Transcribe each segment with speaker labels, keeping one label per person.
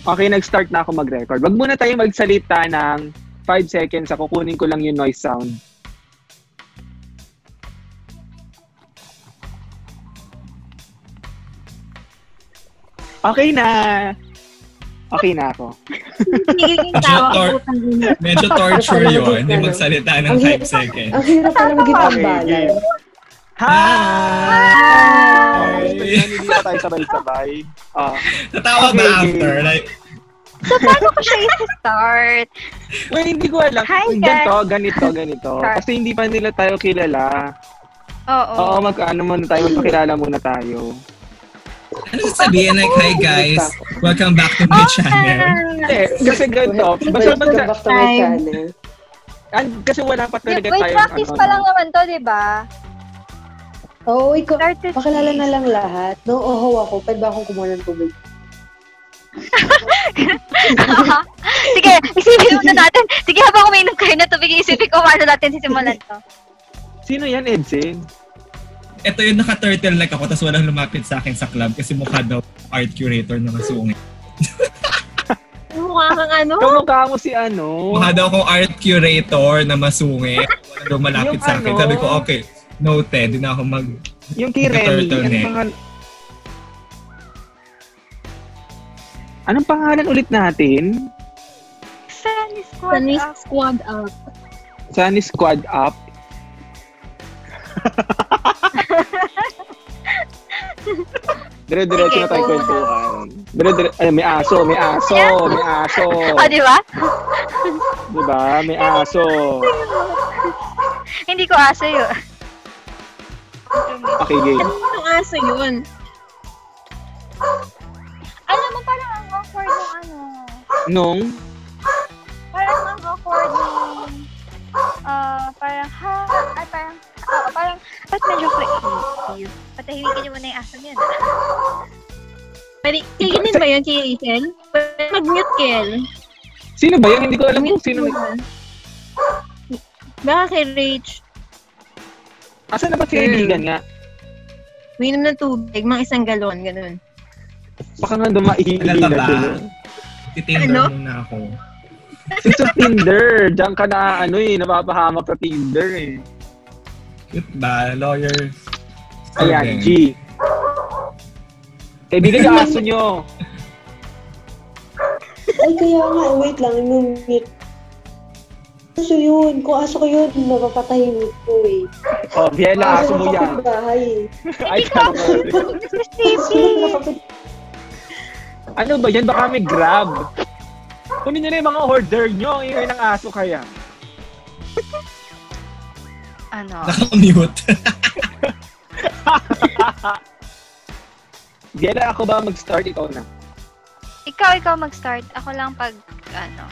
Speaker 1: Okay, nag-start na ako mag-record. Wag muna tayo magsalita ng 5 seconds. Ako kunin ko lang yung noise sound. Okay na. Okay na ako.
Speaker 2: Nagiging tawa ko utang ina.
Speaker 3: Medyo torture yun, hindi
Speaker 4: Ano?
Speaker 3: magsalita ng
Speaker 4: Ang
Speaker 3: 5
Speaker 4: hirap-
Speaker 3: seconds.
Speaker 4: Ang hirap pala maging tambalan.
Speaker 1: Hi!
Speaker 3: Hi!
Speaker 1: Hindi na tayo sabay-sabay. Ah.
Speaker 3: Tatawa ba
Speaker 1: Okay, okay.
Speaker 3: after? Like,
Speaker 2: So, paano ko siya i-start?
Speaker 1: Well, hindi ko alam.
Speaker 2: Hi, guys.
Speaker 1: ganito, ganito, ganito.
Speaker 2: Sorry.
Speaker 1: Kasi hindi pa nila tayo kilala.
Speaker 2: Oo. Oh,
Speaker 1: Oo, mag-ano muna tayo, magpakilala muna tayo.
Speaker 3: ano sasabihin? Like, hi guys, welcome back to my channel.
Speaker 1: Hindi, kasi ganito. Basta,
Speaker 4: Welcome
Speaker 1: basta,
Speaker 4: back to my
Speaker 2: Time.
Speaker 4: channel.
Speaker 1: an- kasi wala pa
Speaker 2: Wait,
Speaker 1: talaga ano. tayo.
Speaker 2: practice pa lang naman to, di ba?
Speaker 4: Oo, Oh, ikaw.
Speaker 2: Start to
Speaker 4: Pakilala na lang lahat. No, oho ako. Pwede ba akong kumuha ng tubig?
Speaker 2: Sige, isipin muna natin. Sige, habang umiinom kayo na tubig, isipin ko paano natin sisimulan to.
Speaker 1: Sino yan, eh? Edson?
Speaker 3: Ito yung naka-turtle like ako, tapos walang lumapit sa akin sa club kasi mukha daw art curator ng sungit.
Speaker 2: Mukha kang ano?
Speaker 1: Kamukha mo si ano?
Speaker 3: Mukha daw akong art curator na masungit. Walang daw malapit
Speaker 1: Yung
Speaker 3: sa akin.
Speaker 1: ano?
Speaker 3: Sabi ko, okay, noted. Hindi na ako mag...
Speaker 1: Yung kay
Speaker 3: Yung
Speaker 1: Remy.
Speaker 3: turtle
Speaker 1: Anong
Speaker 3: neck.
Speaker 1: pangalan? Anong pangalan ulit natin?
Speaker 2: Sunny Squad. Ah,
Speaker 5: Sunny
Speaker 2: up.
Speaker 5: squad up.
Speaker 1: Sunny Squad Up. Dire-diretso na tayo
Speaker 2: Okay, go
Speaker 1: kwentuhan. Dire-dire, ay, may aso, may aso, may aso.
Speaker 2: Oh, di ba?
Speaker 1: Di ba? May aso.
Speaker 2: Hindi ko aso yun.
Speaker 1: Okay, game.
Speaker 5: Anong aso yun?
Speaker 2: Alam mo, parang ang awkward ng ano.
Speaker 1: Nung,
Speaker 2: Parang ang awkward ng... Ah, parang ha, ay parang, ah, parang, ba't medyo creepy? Patahimikin niyo muna yung aso niyan.
Speaker 5: Pwede, kikinin ba yun, Kiel? Pwede mag-mute, Kiel.
Speaker 1: sino ba yan? Hindi ko alam
Speaker 5: Mute
Speaker 1: kung sino.
Speaker 5: mo ba? Baka kay Rach,
Speaker 1: Asan na ba si kaibigan nga?
Speaker 5: uminom ng tubig, mga isang galon, ganun.
Speaker 1: Baka nga dumaihi
Speaker 3: Ano
Speaker 1: na
Speaker 3: ba ba?
Speaker 1: sila.
Speaker 3: Titinder
Speaker 5: Ano?
Speaker 3: muna ako.
Speaker 1: Since sa Tinder, diyan ka na ano eh, napapahamak sa Tinder eh.
Speaker 3: Cute ba? Lawyer.
Speaker 1: Ayan,
Speaker 3: Student.
Speaker 1: G. Kaibigan yung aso nyo.
Speaker 4: Ay, kaya nga. eh, Wait lang. Imumute. Aso yun. Kung aso ko yun, mapapatahimik ko eh.
Speaker 1: Oh, Biela, aso mo
Speaker 4: Aso
Speaker 1: yan.
Speaker 4: kapitbahay eh.
Speaker 1: Ay, ano ba?
Speaker 4: Aso mo kapit-
Speaker 1: Ano ba yan? Baka may grab. Kunin nyo na yung mga order nyo. Ang ingay ng aso kaya.
Speaker 2: Ano?
Speaker 3: Naka-mute.
Speaker 1: Biela, ako ba mag-start? Ikaw na.
Speaker 2: Ikaw, ikaw mag-start. Ako lang pag, ano.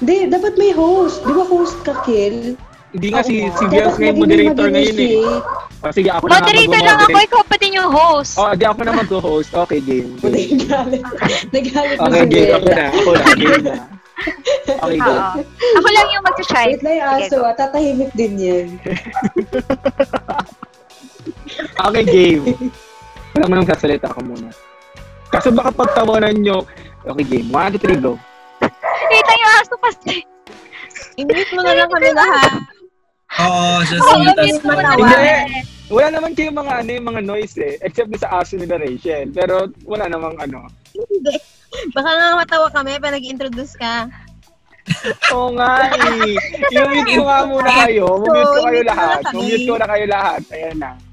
Speaker 4: Hindi, dapat may host. Di ba host ka, Kiel?
Speaker 1: Hindi nga Ah, si, si Biela
Speaker 4: Dapat
Speaker 1: si
Speaker 4: maging
Speaker 1: moderator ngayon eh.
Speaker 4: mag-initiate.
Speaker 1: O, sige, ako na nga
Speaker 2: Moderator lang ako,
Speaker 1: mag-moderate.
Speaker 2: ikaw pati yung host.
Speaker 1: Oh, di ako na mag-host. Okay, game. game.
Speaker 4: Nagalit. Nagalit na
Speaker 1: Okay,
Speaker 4: si
Speaker 1: game. Ako
Speaker 4: Bella.
Speaker 1: na. Ako na. Game na. Okay, go.
Speaker 2: Oo. Ako lang yung mag-shine.
Speaker 4: Wait lang yung aso ah. Tatahimik din yan.
Speaker 1: Okay, game. Wala mo nang sasalita ako muna. Kaso baka pagtawanan nyo. Okay, game. 1, 2, 3, go.
Speaker 2: Wait lang yung aso kasi.
Speaker 5: I-mute mo na lang kami lahat.
Speaker 3: Oo, just
Speaker 2: Oo,
Speaker 3: mute us
Speaker 2: mute mo na
Speaker 3: all.
Speaker 2: lang.
Speaker 1: Wala naman kayong mga ano, yung mga noise eh. Except na sa aso nila Rachel. Pero wala namang ano.
Speaker 5: Hindi. Baka nga matawa kami pa nag-introduce ka.
Speaker 1: Oo nga eh. I-mute ko nga muna kayo. Mute ko kayo lahat. Mute ko na kayo lahat. Ayan na.